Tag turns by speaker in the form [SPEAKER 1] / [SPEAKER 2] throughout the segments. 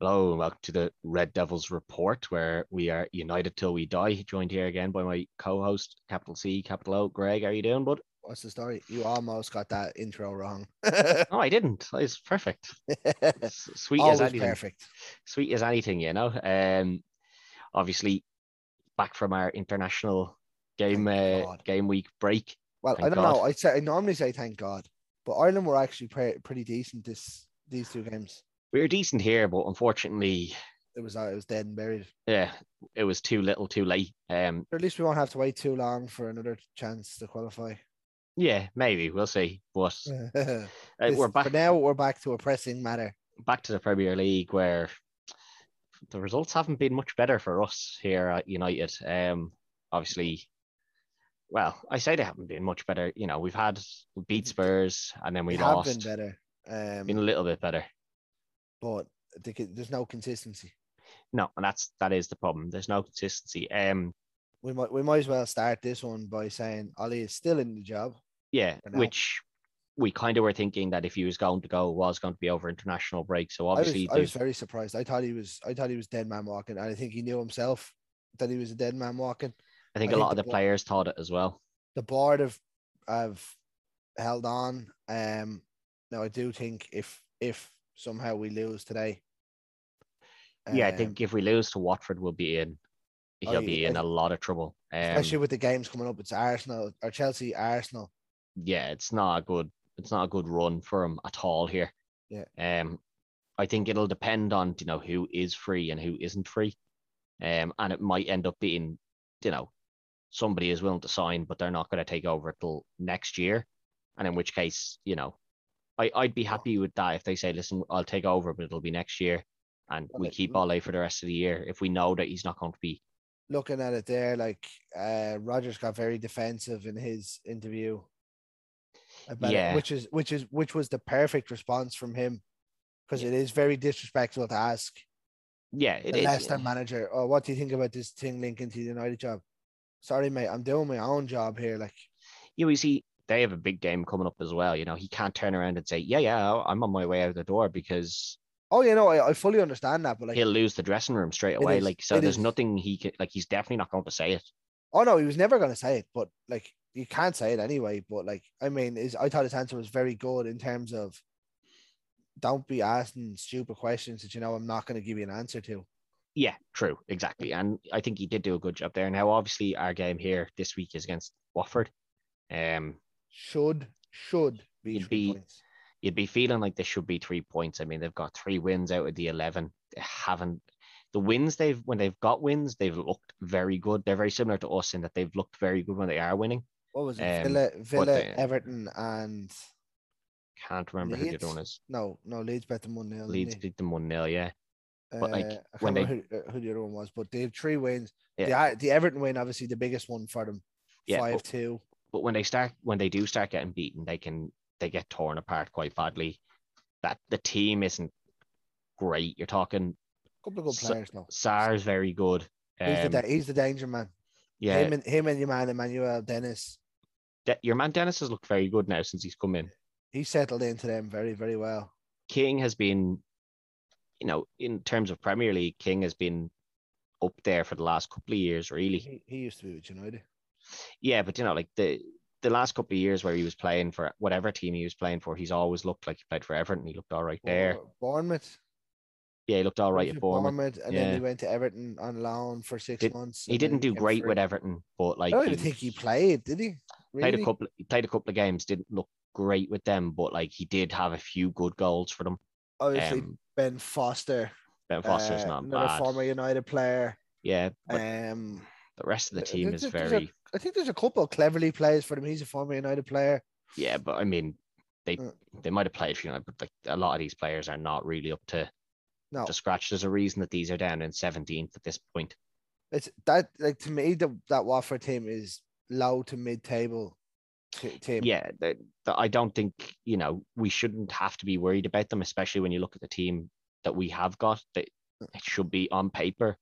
[SPEAKER 1] Hello and welcome to the Red Devils report, where we are united till we die. Joined here again by my co-host, capital C, capital O, Greg. How are you doing, bud?
[SPEAKER 2] What's the story? You almost got that intro wrong.
[SPEAKER 1] No, I didn't. It's perfect. It's Sweet
[SPEAKER 2] Always
[SPEAKER 1] as anything.
[SPEAKER 2] perfect.
[SPEAKER 1] Sweet as anything, you know. Um, obviously, back from our international game
[SPEAKER 2] Thank
[SPEAKER 1] uh,
[SPEAKER 2] God.
[SPEAKER 1] game week break.
[SPEAKER 2] Well, I
[SPEAKER 1] Thank
[SPEAKER 2] don't know.
[SPEAKER 1] God.
[SPEAKER 2] I say I normally say thank God, but Ireland were actually pre- pretty decent this these two games.
[SPEAKER 1] We were decent here, but unfortunately,
[SPEAKER 2] It was uh, it was dead and buried.
[SPEAKER 1] yeah, it was too little, too late. Um,
[SPEAKER 2] Or at least we won't have to wait too long for another chance to qualify.
[SPEAKER 1] yeah, maybe we'll see. But
[SPEAKER 2] This-
[SPEAKER 1] uh, we're
[SPEAKER 2] For
[SPEAKER 1] back.
[SPEAKER 2] now, we're back to a pressing matter.
[SPEAKER 1] back to the Premier League where the results haven't been much better for us here at United. Um, obviously, well, I say they haven't been much better. You know, we've had we beat Spurs and then we,
[SPEAKER 2] have
[SPEAKER 1] lost. Been,
[SPEAKER 2] been better, um,
[SPEAKER 1] a little bit better.
[SPEAKER 2] but the, there's no consistency.
[SPEAKER 1] No, and that's that is the problem. There's no consistency. Um,
[SPEAKER 2] We might we might as well start this one by saying Ollie is still in the job.
[SPEAKER 1] yeah,
[SPEAKER 2] For now.
[SPEAKER 1] which we kind of were thinking that if he was going to go, it was going to be over international break. So obviously,
[SPEAKER 2] I was, I was
[SPEAKER 1] there's-
[SPEAKER 2] very surprised. I thought he was I thought he was dead man walking, and I think he knew himself that he was a dead man walking.
[SPEAKER 1] I think
[SPEAKER 2] I
[SPEAKER 1] a
[SPEAKER 2] think
[SPEAKER 1] lot of
[SPEAKER 2] the
[SPEAKER 1] the
[SPEAKER 2] ball-
[SPEAKER 1] players thought it as well.
[SPEAKER 2] The board have have held on. Um now I do think if if somehow we lose today.
[SPEAKER 1] yeah, I
[SPEAKER 2] um,
[SPEAKER 1] think if we lose to Watford, we'll be in. He'll
[SPEAKER 2] I-
[SPEAKER 1] be in
[SPEAKER 2] I-
[SPEAKER 1] a lot of trouble. Um,
[SPEAKER 2] especially with the games coming up, it's Arsenal or Chelsea Arsenal.
[SPEAKER 1] yeah, it's not a good it's not a good run for him at all here.
[SPEAKER 2] Yeah.
[SPEAKER 1] Um, I think it'll depend on you know who is free and who isn't free, um, and it might end up being you know somebody is willing to sign, but they're not going to take over till next year, and in which case you know, I I'd be happy with that if they say listen I'll take over, but it'll be next year, and
[SPEAKER 2] Well,
[SPEAKER 1] we
[SPEAKER 2] it-
[SPEAKER 1] keep Ole for the rest of the year if we know that he's not going to be
[SPEAKER 2] Looking at it there, like uh Rogers got very defensive in his interview. About
[SPEAKER 1] Yeah.
[SPEAKER 2] it, which is which is which was the perfect response from him. Because it is very disrespectful to ask
[SPEAKER 1] yeah it
[SPEAKER 2] the
[SPEAKER 1] is
[SPEAKER 2] Leicester manager, oh, what do you think about this thing linking to the United job? Sorry, mate, I'm doing my own job here. Like,
[SPEAKER 1] you know, you see, they have a big game coming up as well. You know, he can't turn around and say, "Yeah, yeah, I- I'm on my way out the door," because
[SPEAKER 2] oh, you know, I, I fully understand that, but like,
[SPEAKER 1] he'll lose the dressing room straight
[SPEAKER 2] It
[SPEAKER 1] away.
[SPEAKER 2] is-
[SPEAKER 1] Like, so
[SPEAKER 2] it
[SPEAKER 1] there's
[SPEAKER 2] is.
[SPEAKER 1] nothing he can. Like, he's definitely not going to say it.
[SPEAKER 2] oh no, he was never going to say it, but like, you can't say it anyway. But like, I mean, is I thought his answer was very good in terms of don't be asking stupid questions that you know I'm not going to give you an answer to.
[SPEAKER 1] Yeah, true, exactly. And I think he did do a good job there. Now, obviously, our game here this week is against Watford. Um,
[SPEAKER 2] Should, should be,
[SPEAKER 1] You'd
[SPEAKER 2] three
[SPEAKER 1] be-
[SPEAKER 2] points.
[SPEAKER 1] you'd be feeling like this should be three points. I mean, they've got three wins out of the eleven. They haven't the wins they've when they've got wins, they've looked very good. They're very similar to us in that they've looked very good when they are winning.
[SPEAKER 2] What was it?
[SPEAKER 1] um,
[SPEAKER 2] Villa, Villa,
[SPEAKER 1] they-
[SPEAKER 2] Everton, and
[SPEAKER 1] Can't remember who the other
[SPEAKER 2] Leeds?
[SPEAKER 1] one is.
[SPEAKER 2] no, no, Leeds bet them one 0
[SPEAKER 1] Leeds beat them one 0 Yeah, but, like,
[SPEAKER 2] Uh, I can't
[SPEAKER 1] when they-
[SPEAKER 2] remember who, uh, who the other one was, but they had three wins.
[SPEAKER 1] Yeah.
[SPEAKER 2] The, the Everton win, obviously, the biggest one for them.
[SPEAKER 1] Yeah,
[SPEAKER 2] five
[SPEAKER 1] but-
[SPEAKER 2] two.
[SPEAKER 1] but when they start when they do start getting beaten, they can they get torn apart quite badly. That the team isn't great. You're talking
[SPEAKER 2] couple of good
[SPEAKER 1] so-
[SPEAKER 2] players now.
[SPEAKER 1] Sar's very good.
[SPEAKER 2] he's,
[SPEAKER 1] Um,
[SPEAKER 2] the, da- he's the danger man.
[SPEAKER 1] yeah,
[SPEAKER 2] Him and him and your man Emmanuel Dennis.
[SPEAKER 1] De- your man Dennis has looked very good now since he's come in.
[SPEAKER 2] He settled into them very very well.
[SPEAKER 1] King has been, you know, in terms of Premier League, King has been up there for the last couple of years, really.
[SPEAKER 2] He, he used to be with United.
[SPEAKER 1] Yeah, but you know, like the the last couple of years where he was playing for whatever team he was playing for, he's always looked like he played for Everton. He looked all right there.
[SPEAKER 2] Bour- Bournemouth.
[SPEAKER 1] Yeah, he looked all
[SPEAKER 2] He
[SPEAKER 1] right
[SPEAKER 2] was
[SPEAKER 1] at
[SPEAKER 2] with
[SPEAKER 1] Bournemouth.
[SPEAKER 2] and then
[SPEAKER 1] yeah.
[SPEAKER 2] he went to Everton on loan for six
[SPEAKER 1] Did-
[SPEAKER 2] months.
[SPEAKER 1] He
[SPEAKER 2] and then
[SPEAKER 1] didn't do
[SPEAKER 2] came
[SPEAKER 1] great
[SPEAKER 2] free.
[SPEAKER 1] with Everton, but
[SPEAKER 2] I
[SPEAKER 1] like
[SPEAKER 2] don't even think he played, did he? Really?
[SPEAKER 1] played a couple he played a couple of games, didn't look great with them, but like he did have a few good goals for them.
[SPEAKER 2] Obviously,
[SPEAKER 1] Um,
[SPEAKER 2] Ben Foster.
[SPEAKER 1] ben Foster's
[SPEAKER 2] uh,
[SPEAKER 1] not
[SPEAKER 2] another
[SPEAKER 1] bad.
[SPEAKER 2] former United player.
[SPEAKER 1] Yeah, but
[SPEAKER 2] Um,
[SPEAKER 1] the rest of the
[SPEAKER 2] th-
[SPEAKER 1] team
[SPEAKER 2] th-
[SPEAKER 1] is
[SPEAKER 2] th- there's a-
[SPEAKER 1] very
[SPEAKER 2] I think there's a couple of cleverly plays for them. He's a former United player.
[SPEAKER 1] yeah, but I mean they
[SPEAKER 2] Uh.
[SPEAKER 1] they might have played for United, but like a lot of these players are not really up to,
[SPEAKER 2] No,
[SPEAKER 1] to scratch. There's a reason that these are down in seventeenth at this point.
[SPEAKER 2] it's that like to me the, that Watford team is low to mid table t- team.
[SPEAKER 1] yeah, the, the, I don't think you know we shouldn't have to be worried about them, especially when you look at the team that we have got. That it should be on paper,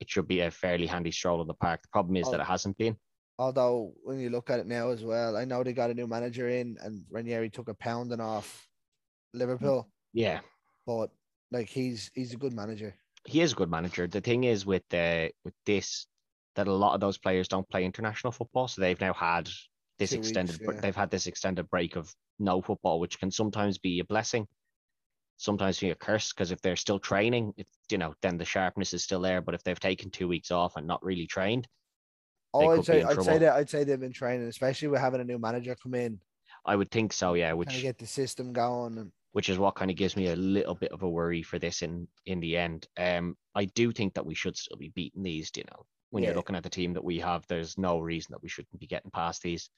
[SPEAKER 1] it should be a fairly handy stroll in the park. The problem is that
[SPEAKER 2] Oh.
[SPEAKER 1] it hasn't been.
[SPEAKER 2] Although when you look at it now as well, I know they got a new manager in and Ranieri took a pounding off Liverpool,
[SPEAKER 1] Yeah,
[SPEAKER 2] but Like he's he's a good manager.
[SPEAKER 1] He is a good manager. The thing is with uh, with this that a lot of those players don't play international football, so they've now had this
[SPEAKER 2] Two weeks,
[SPEAKER 1] extended br-
[SPEAKER 2] yeah.
[SPEAKER 1] they've had this extended break of no football, which can sometimes be a blessing, sometimes be a curse because if they're still training, it, you know, then the sharpness is still there. But if they've taken two weeks off and not really trained, They
[SPEAKER 2] Oh,
[SPEAKER 1] could
[SPEAKER 2] I'd
[SPEAKER 1] be
[SPEAKER 2] say
[SPEAKER 1] in
[SPEAKER 2] I'd say
[SPEAKER 1] trouble.
[SPEAKER 2] that I'd say they've been training, especially with having a new manager come in,
[SPEAKER 1] I would think so, yeah. Which
[SPEAKER 2] kind of get the system going. And
[SPEAKER 1] which is what kind of gives me a little bit of a worry for this in in the end. Um, I do think that we should still be beating these. You know, when you're
[SPEAKER 2] Yeah.
[SPEAKER 1] looking at the team that we have, there's no reason that we shouldn't be getting past these.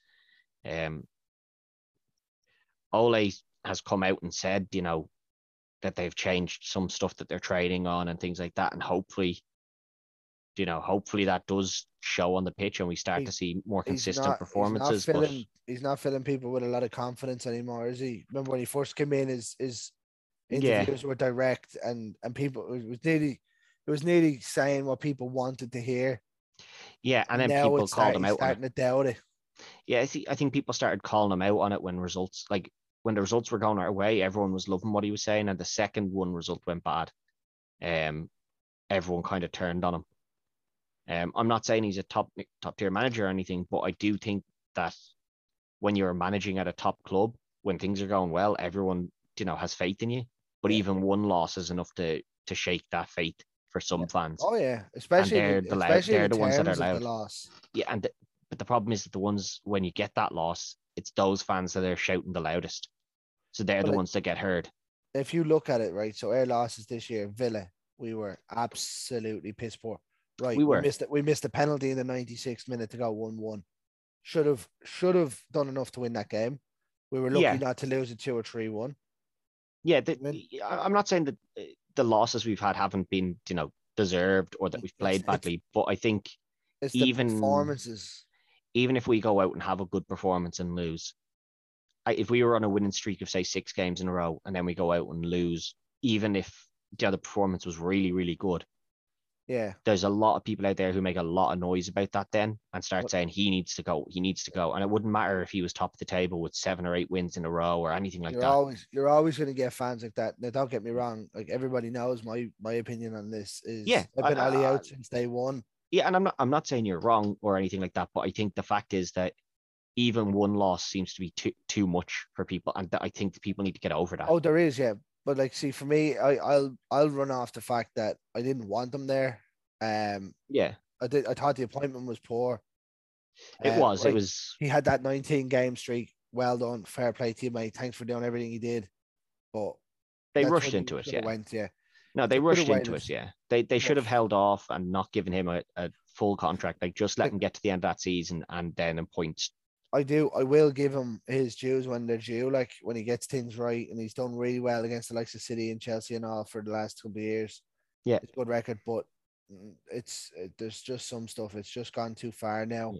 [SPEAKER 1] Um, Ole has come out and said, you know, that they've changed some stuff that they're trading on and things like that, and hopefully, you know, hopefully that does show on the pitch and we start
[SPEAKER 2] He-
[SPEAKER 1] to see more
[SPEAKER 2] he's
[SPEAKER 1] consistent
[SPEAKER 2] not-
[SPEAKER 1] performances.
[SPEAKER 2] He's not,
[SPEAKER 1] but
[SPEAKER 2] filling, he's not filling people with a lot of confidence anymore, is he? Remember when he first came in, his his
[SPEAKER 1] Yeah.
[SPEAKER 2] interviews were direct, and and people it was nearly it was nearly saying what people wanted to hear.
[SPEAKER 1] yeah, and then
[SPEAKER 2] now
[SPEAKER 1] people
[SPEAKER 2] it's
[SPEAKER 1] called
[SPEAKER 2] start-
[SPEAKER 1] him
[SPEAKER 2] he's
[SPEAKER 1] out. on it.
[SPEAKER 2] Starting to doubt it.
[SPEAKER 1] yeah, I see. I think people started calling him out on it when results, like when the results were going our way, everyone was loving what he was saying, and the second one result went bad, um, everyone kind of turned on him. Um, I'm not saying he's a top top tier manager or anything, but I do think that when you're managing at a top club, when things are going well, everyone you know has faith in you. But
[SPEAKER 2] Yeah.
[SPEAKER 1] even one loss is enough to to shake that faith for some fans.
[SPEAKER 2] Oh yeah, especially
[SPEAKER 1] they're
[SPEAKER 2] the,
[SPEAKER 1] the loud-
[SPEAKER 2] especially
[SPEAKER 1] they're
[SPEAKER 2] in
[SPEAKER 1] the ones that
[SPEAKER 2] terms
[SPEAKER 1] are
[SPEAKER 2] of
[SPEAKER 1] loud.
[SPEAKER 2] the loss.
[SPEAKER 1] Yeah, and the, but the problem is that the ones when you get that loss, it's those fans that are shouting the loudest. So they're
[SPEAKER 2] Well,
[SPEAKER 1] the
[SPEAKER 2] it-
[SPEAKER 1] ones that get heard.
[SPEAKER 2] If you look at it, right? So our losses this year, Villa, we were absolutely piss poor. Right,
[SPEAKER 1] We were.
[SPEAKER 2] missed it. We missed a penalty in the 96th minute to go one-one. Should have should have done enough to win that game. We were lucky
[SPEAKER 1] Yeah.
[SPEAKER 2] not to lose a two or three-one.
[SPEAKER 1] Yeah, the,
[SPEAKER 2] When-
[SPEAKER 1] I- I'm not saying that uh, the losses we've had haven't been, you know, deserved or that we've
[SPEAKER 2] It's-
[SPEAKER 1] played
[SPEAKER 2] it's-
[SPEAKER 1] badly, but I think
[SPEAKER 2] It's the
[SPEAKER 1] Even-
[SPEAKER 2] performances.
[SPEAKER 1] even if we go out and have a good performance and lose, I, if we were on a winning streak of say six games in a row and then we go out and lose, even if the other performance was really really good,
[SPEAKER 2] Yeah,
[SPEAKER 1] there's a lot of people out there who make a lot of noise about that then and start
[SPEAKER 2] What-
[SPEAKER 1] saying he needs to go, he needs to go. And it wouldn't matter if he was top of the table with seven or eight wins in a row or anything like
[SPEAKER 2] you're
[SPEAKER 1] that.
[SPEAKER 2] always you're always going to get fans like that. Now, don't get me wrong. Like everybody knows my my opinion on this is.
[SPEAKER 1] Yeah,
[SPEAKER 2] I've been
[SPEAKER 1] I-
[SPEAKER 2] Ali
[SPEAKER 1] I-
[SPEAKER 2] out since day one.
[SPEAKER 1] yeah, and I'm not I'm not saying you're wrong or anything like that, but I think the fact is that even one loss seems to be too too much for people. And that I think people need to get over that.
[SPEAKER 2] Oh, there is, yeah. But like, see, for me, I, I'll I'll run off the fact that I didn't want them there. Um,
[SPEAKER 1] yeah,
[SPEAKER 2] I did. I thought the appointment was poor.
[SPEAKER 1] it
[SPEAKER 2] Uh,
[SPEAKER 1] was.
[SPEAKER 2] like,
[SPEAKER 1] It was
[SPEAKER 2] He had that 19 game streak. Well done, fair play to you, mate. Thanks for doing everything you did. But
[SPEAKER 1] they
[SPEAKER 2] that's when
[SPEAKER 1] rushed
[SPEAKER 2] you
[SPEAKER 1] into it,
[SPEAKER 2] shoulda
[SPEAKER 1] yeah.
[SPEAKER 2] Went, yeah.
[SPEAKER 1] No,
[SPEAKER 2] They
[SPEAKER 1] they
[SPEAKER 2] coulda
[SPEAKER 1] rushed into it,
[SPEAKER 2] waited.
[SPEAKER 1] yeah. They they should have
[SPEAKER 2] Yes.
[SPEAKER 1] held off and not given him a, a full contract. Like just let
[SPEAKER 2] Like-
[SPEAKER 1] him get to the end of that season and then in points.
[SPEAKER 2] I do. I will give him his dues when they're due. Like when he gets things right, and he's done really well against the likes of City and Chelsea and all for the last couple of years.
[SPEAKER 1] Yeah.
[SPEAKER 2] it's a good record, but mm, it's it, there's just some stuff. It's just gone too far now.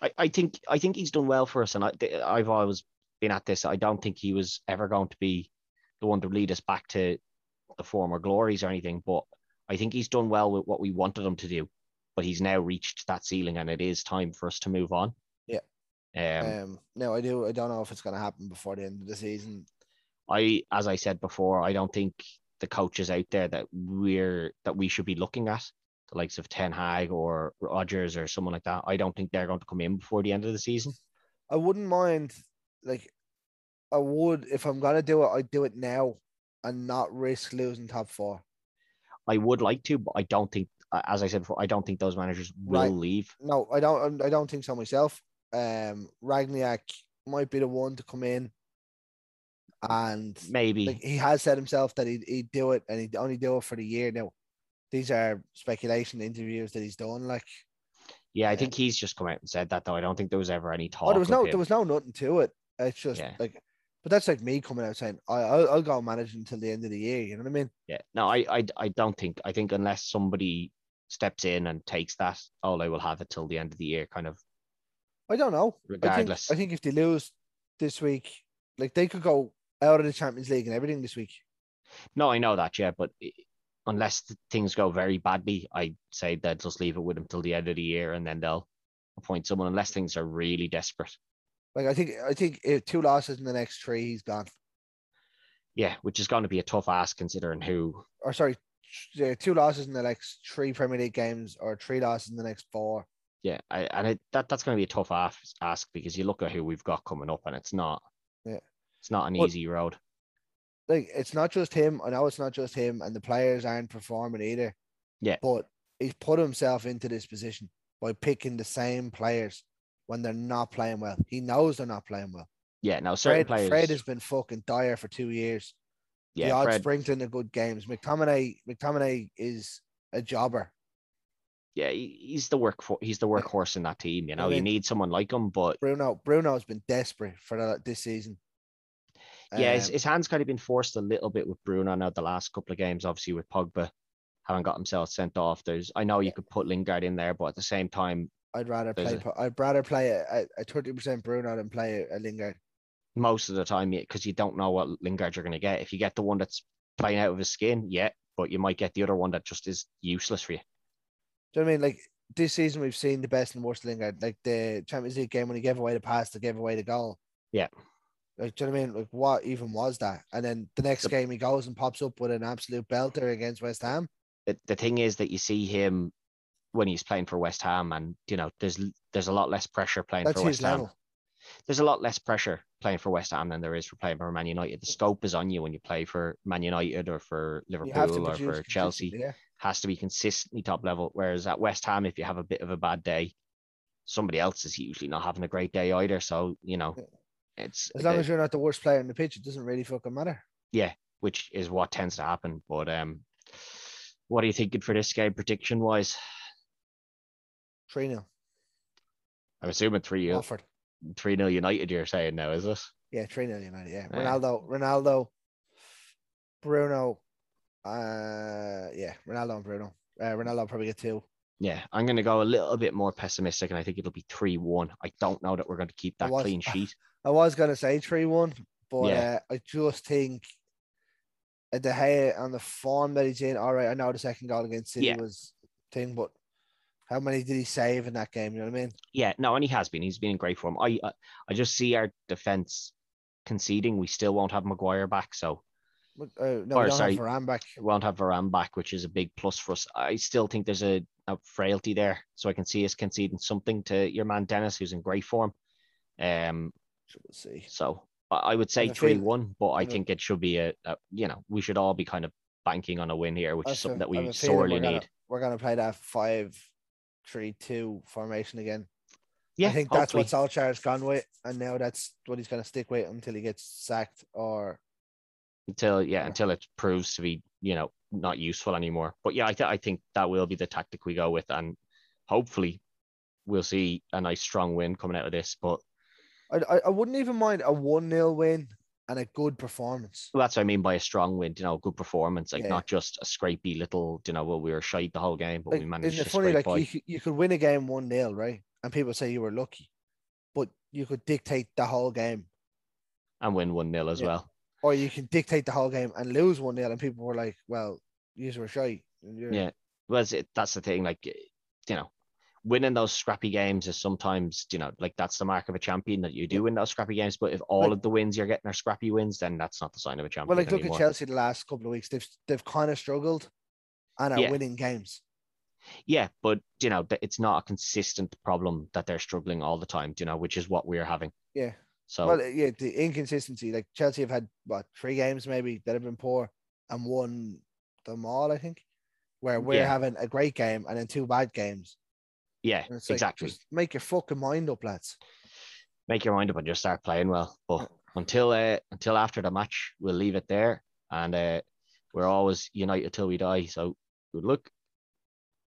[SPEAKER 1] I, I think I think he's done well for us, and I, th- I've always been at this. I don't think he was ever going to be the one to lead us back to the former glories or anything. But I think he's done well with what we wanted him to do. But he's now reached that ceiling, and it is time for us to move on.
[SPEAKER 2] Yeah.
[SPEAKER 1] Um,
[SPEAKER 2] Um, no, I do. I don't know if it's going to happen before the end of the season.
[SPEAKER 1] I, as I said before, I don't think the coaches out there that we're that we should be looking at, the likes of Ten Hag or Rogers or someone like that, I don't think they're going to come in before the end of the season.
[SPEAKER 2] I wouldn't mind. Like, I would if I'm going to do it. I'd do it now and not risk losing top four.
[SPEAKER 1] I would like to, but I don't think, uh, as I said before, I don't think those managers will
[SPEAKER 2] Right.
[SPEAKER 1] leave.
[SPEAKER 2] No, I don't. I don't think so myself. Um, Ragniak might be the one to come in, and
[SPEAKER 1] Maybe,
[SPEAKER 2] like he has said himself that he'd, he'd do it and he'd only do it for the year. Now, these are speculation interviews that he's done. Like,
[SPEAKER 1] yeah. I
[SPEAKER 2] yeah.
[SPEAKER 1] think he's just come out and said that, though. I don't think there was ever any talk.
[SPEAKER 2] Oh, there was
[SPEAKER 1] of
[SPEAKER 2] no,
[SPEAKER 1] him.
[SPEAKER 2] there was no nothing to it. It's just
[SPEAKER 1] Yeah.
[SPEAKER 2] like, but that's like me coming out saying, I, I'll, I'll go manage until the end of the year. You know what I mean?
[SPEAKER 1] Yeah, no, I, I, I don't think. I think unless somebody steps in and takes that, Ole will have it till the end of the year, kind of.
[SPEAKER 2] I don't know.
[SPEAKER 1] Regardless,
[SPEAKER 2] I think, I think if they lose this week, like they could go out of the Champions League and everything this week.
[SPEAKER 1] No, I know that, yeah, but i- unless th- things go very badly, I say that just leave it with them till the end of the year, and then they'll appoint someone. Unless things are really desperate.
[SPEAKER 2] Like I think, I think if two losses in the next three, he's gone.
[SPEAKER 1] Yeah, which is going to be a tough ask considering who.
[SPEAKER 2] Or sorry, t- yeah, two losses in the next three Premier League games, or three losses in the next four.
[SPEAKER 1] Yeah, I, and it, that that's going to be a tough ask, ask because you look at who we've got coming up, and it's not.
[SPEAKER 2] Yeah.
[SPEAKER 1] It's not an
[SPEAKER 2] But-
[SPEAKER 1] easy road.
[SPEAKER 2] Like it's not just him. I know it's not just him, and the players aren't performing either.
[SPEAKER 1] Yeah.
[SPEAKER 2] But he's put himself into this position by picking the same players when they're not playing well. He knows they're not playing well.
[SPEAKER 1] Yeah, now certain
[SPEAKER 2] Fred,
[SPEAKER 1] players.
[SPEAKER 2] Fred has been fucking dire for two years. the
[SPEAKER 1] yeah,
[SPEAKER 2] odd
[SPEAKER 1] Fred,
[SPEAKER 2] sprinkling of good games. McTominay, McTominay is a jobber.
[SPEAKER 1] yeah, he- he's the work for, he's the workhorse in that team. You know, you
[SPEAKER 2] mean-
[SPEAKER 1] need someone like him, but
[SPEAKER 2] Bruno, Bruno has been desperate for the, this season.
[SPEAKER 1] yeah, his,
[SPEAKER 2] Um,
[SPEAKER 1] his hand's kind of been forced a little bit with Bruno now the last couple of games, obviously with Pogba having got himself sent off. There's I know you could put Lingard in there, but at the same time,
[SPEAKER 2] I'd rather
[SPEAKER 1] there's
[SPEAKER 2] play.
[SPEAKER 1] a-
[SPEAKER 2] Po- I'd rather play a- a thirty percent Bruno than play a, a Lingard.
[SPEAKER 1] most of the time because you don't know what Lingard you're gonna get. If you get the one that's playing out of his skin, yeah, but you might get the other one that just is useless for you.
[SPEAKER 2] Do you know what I mean? Like this season, we've seen the best and worst of Lingard. Like the Champions League game when he gave away the pass, they gave away the goal.
[SPEAKER 1] Yeah.
[SPEAKER 2] Like, do you know what I mean? Like, what even was that? And then the next
[SPEAKER 1] The-
[SPEAKER 2] game, he goes and pops up with an absolute belter against West Ham.
[SPEAKER 1] the, the thing is that you see him when he's playing for West Ham, and you know there's l- there's a lot less pressure playing
[SPEAKER 2] That's
[SPEAKER 1] for West
[SPEAKER 2] his
[SPEAKER 1] Ham.
[SPEAKER 2] level.
[SPEAKER 1] There's a lot less pressure playing for West Ham than there is for playing for Man United. The scope is on you when you play for Man United or for
[SPEAKER 2] You have to
[SPEAKER 1] Liverpool or
[SPEAKER 2] produce
[SPEAKER 1] for Chelsea.
[SPEAKER 2] consistently, Yeah.
[SPEAKER 1] Has to be consistently top level. Whereas at West Ham, if you have a bit of a bad day, somebody else is usually not having a great day either. So you know, it's
[SPEAKER 2] As long
[SPEAKER 1] the-
[SPEAKER 2] as you're not the worst player on the pitch, it doesn't really fucking matter.
[SPEAKER 1] which is what tends to happen. But um, what are you thinking for this game prediction wise?
[SPEAKER 2] Three 0
[SPEAKER 1] I'm assuming three years.
[SPEAKER 2] Watford.
[SPEAKER 1] three 0 United. You're saying now, is it?
[SPEAKER 2] Yeah, three 0 United. Yeah.
[SPEAKER 1] Yeah.
[SPEAKER 2] Ronaldo, Ronaldo, Bruno. Uh, yeah, Ronaldo and Bruno. Uh, Ronaldo will probably get two.
[SPEAKER 1] Yeah, I'm going to go a little bit more pessimistic, and I think it'll be three one. I don't know that we're going to keep
[SPEAKER 2] I
[SPEAKER 1] that
[SPEAKER 2] was-
[SPEAKER 1] clean sheet.
[SPEAKER 2] I was gonna say three one, but
[SPEAKER 1] Yeah.
[SPEAKER 2] uh, I just think at the Gea on the form that he's in. All right, I know the second goal against City
[SPEAKER 1] Yeah.
[SPEAKER 2] was thing, but how many did he save in that game? You know what I mean?
[SPEAKER 1] Yeah, no, and he has been. He's been in great form. I I, I just see our defense conceding. We still won't have Maguire back, so
[SPEAKER 2] But, Uh, no,
[SPEAKER 1] Or,
[SPEAKER 2] we don't
[SPEAKER 1] sorry.
[SPEAKER 2] have Varane back.
[SPEAKER 1] we won't have Varane back, which is a big plus for us. I still think there's a, a frailty there, so I can see us conceding something to your man Dennis, who's in great form. Um,
[SPEAKER 2] So We'll see.
[SPEAKER 1] So I I would say
[SPEAKER 2] have a feel-
[SPEAKER 1] three one, but I
[SPEAKER 2] have a-
[SPEAKER 1] think it should be a, a you know we should all be kind of banking on a win here, which
[SPEAKER 2] I
[SPEAKER 1] is something
[SPEAKER 2] have-
[SPEAKER 1] that
[SPEAKER 2] I have
[SPEAKER 1] we
[SPEAKER 2] a uh, feeling
[SPEAKER 1] sorely
[SPEAKER 2] we're gonna-
[SPEAKER 1] need.
[SPEAKER 2] We're gonna play that five, three, two formation again.
[SPEAKER 1] Yeah,
[SPEAKER 2] I think that's
[SPEAKER 1] hopefully.
[SPEAKER 2] what Solskjaer's gone with, and now that's what he's going to stick with until he gets sacked or
[SPEAKER 1] until yeah
[SPEAKER 2] Yeah.
[SPEAKER 1] until it proves to be you know not useful anymore. But yeah, I th- I think that will be the tactic we go with, and hopefully we'll see a nice strong win coming out of this. But
[SPEAKER 2] I, I, I wouldn't even mind a 1 0 win and a good performance.
[SPEAKER 1] that's what I mean by a strong win. You know, good performance, like
[SPEAKER 2] Yeah.
[SPEAKER 1] not just a scrapey little. You know, well we were shite the whole game, but
[SPEAKER 2] Like,
[SPEAKER 1] we managed
[SPEAKER 2] isn't
[SPEAKER 1] to
[SPEAKER 2] it funny?
[SPEAKER 1] scrape
[SPEAKER 2] Like
[SPEAKER 1] by.
[SPEAKER 2] you, could- you could win a game 1 0, right? And people say you were lucky, but you could dictate the whole game,
[SPEAKER 1] and win one 0 as
[SPEAKER 2] Yeah.
[SPEAKER 1] well.
[SPEAKER 2] or you can dictate the whole game and lose 1 0, and people were like, well, you were shy.
[SPEAKER 1] Yeah. Well, it's- it, that's the thing. Like, you know, winning those scrappy games is sometimes, you know, like that's the mark of a champion that you do win those scrappy games. But if all
[SPEAKER 2] Like-
[SPEAKER 1] of the wins you're getting are scrappy wins, then that's not the sign of a champion
[SPEAKER 2] Well, like, look
[SPEAKER 1] anymore.
[SPEAKER 2] at Chelsea the last couple of weeks. They've, they've kind of struggled and are
[SPEAKER 1] Yeah.
[SPEAKER 2] winning games.
[SPEAKER 1] Yeah, but you know, th- it's not a consistent problem that they're struggling all the time. You know, which is what we're having.
[SPEAKER 2] Yeah.
[SPEAKER 1] So
[SPEAKER 2] Well, yeah, the inconsistency. Like Chelsea have had what three games maybe that have been poor and won them all. I think where we're
[SPEAKER 1] Yeah.
[SPEAKER 2] having a great game and then two bad games.
[SPEAKER 1] yeah,
[SPEAKER 2] And it's like,
[SPEAKER 1] exactly.
[SPEAKER 2] just make your fucking mind up, lads.
[SPEAKER 1] Make your mind up and just start playing well. But until uh, until after the match, we'll leave it there. And uh, we're always united till we die. So good luck.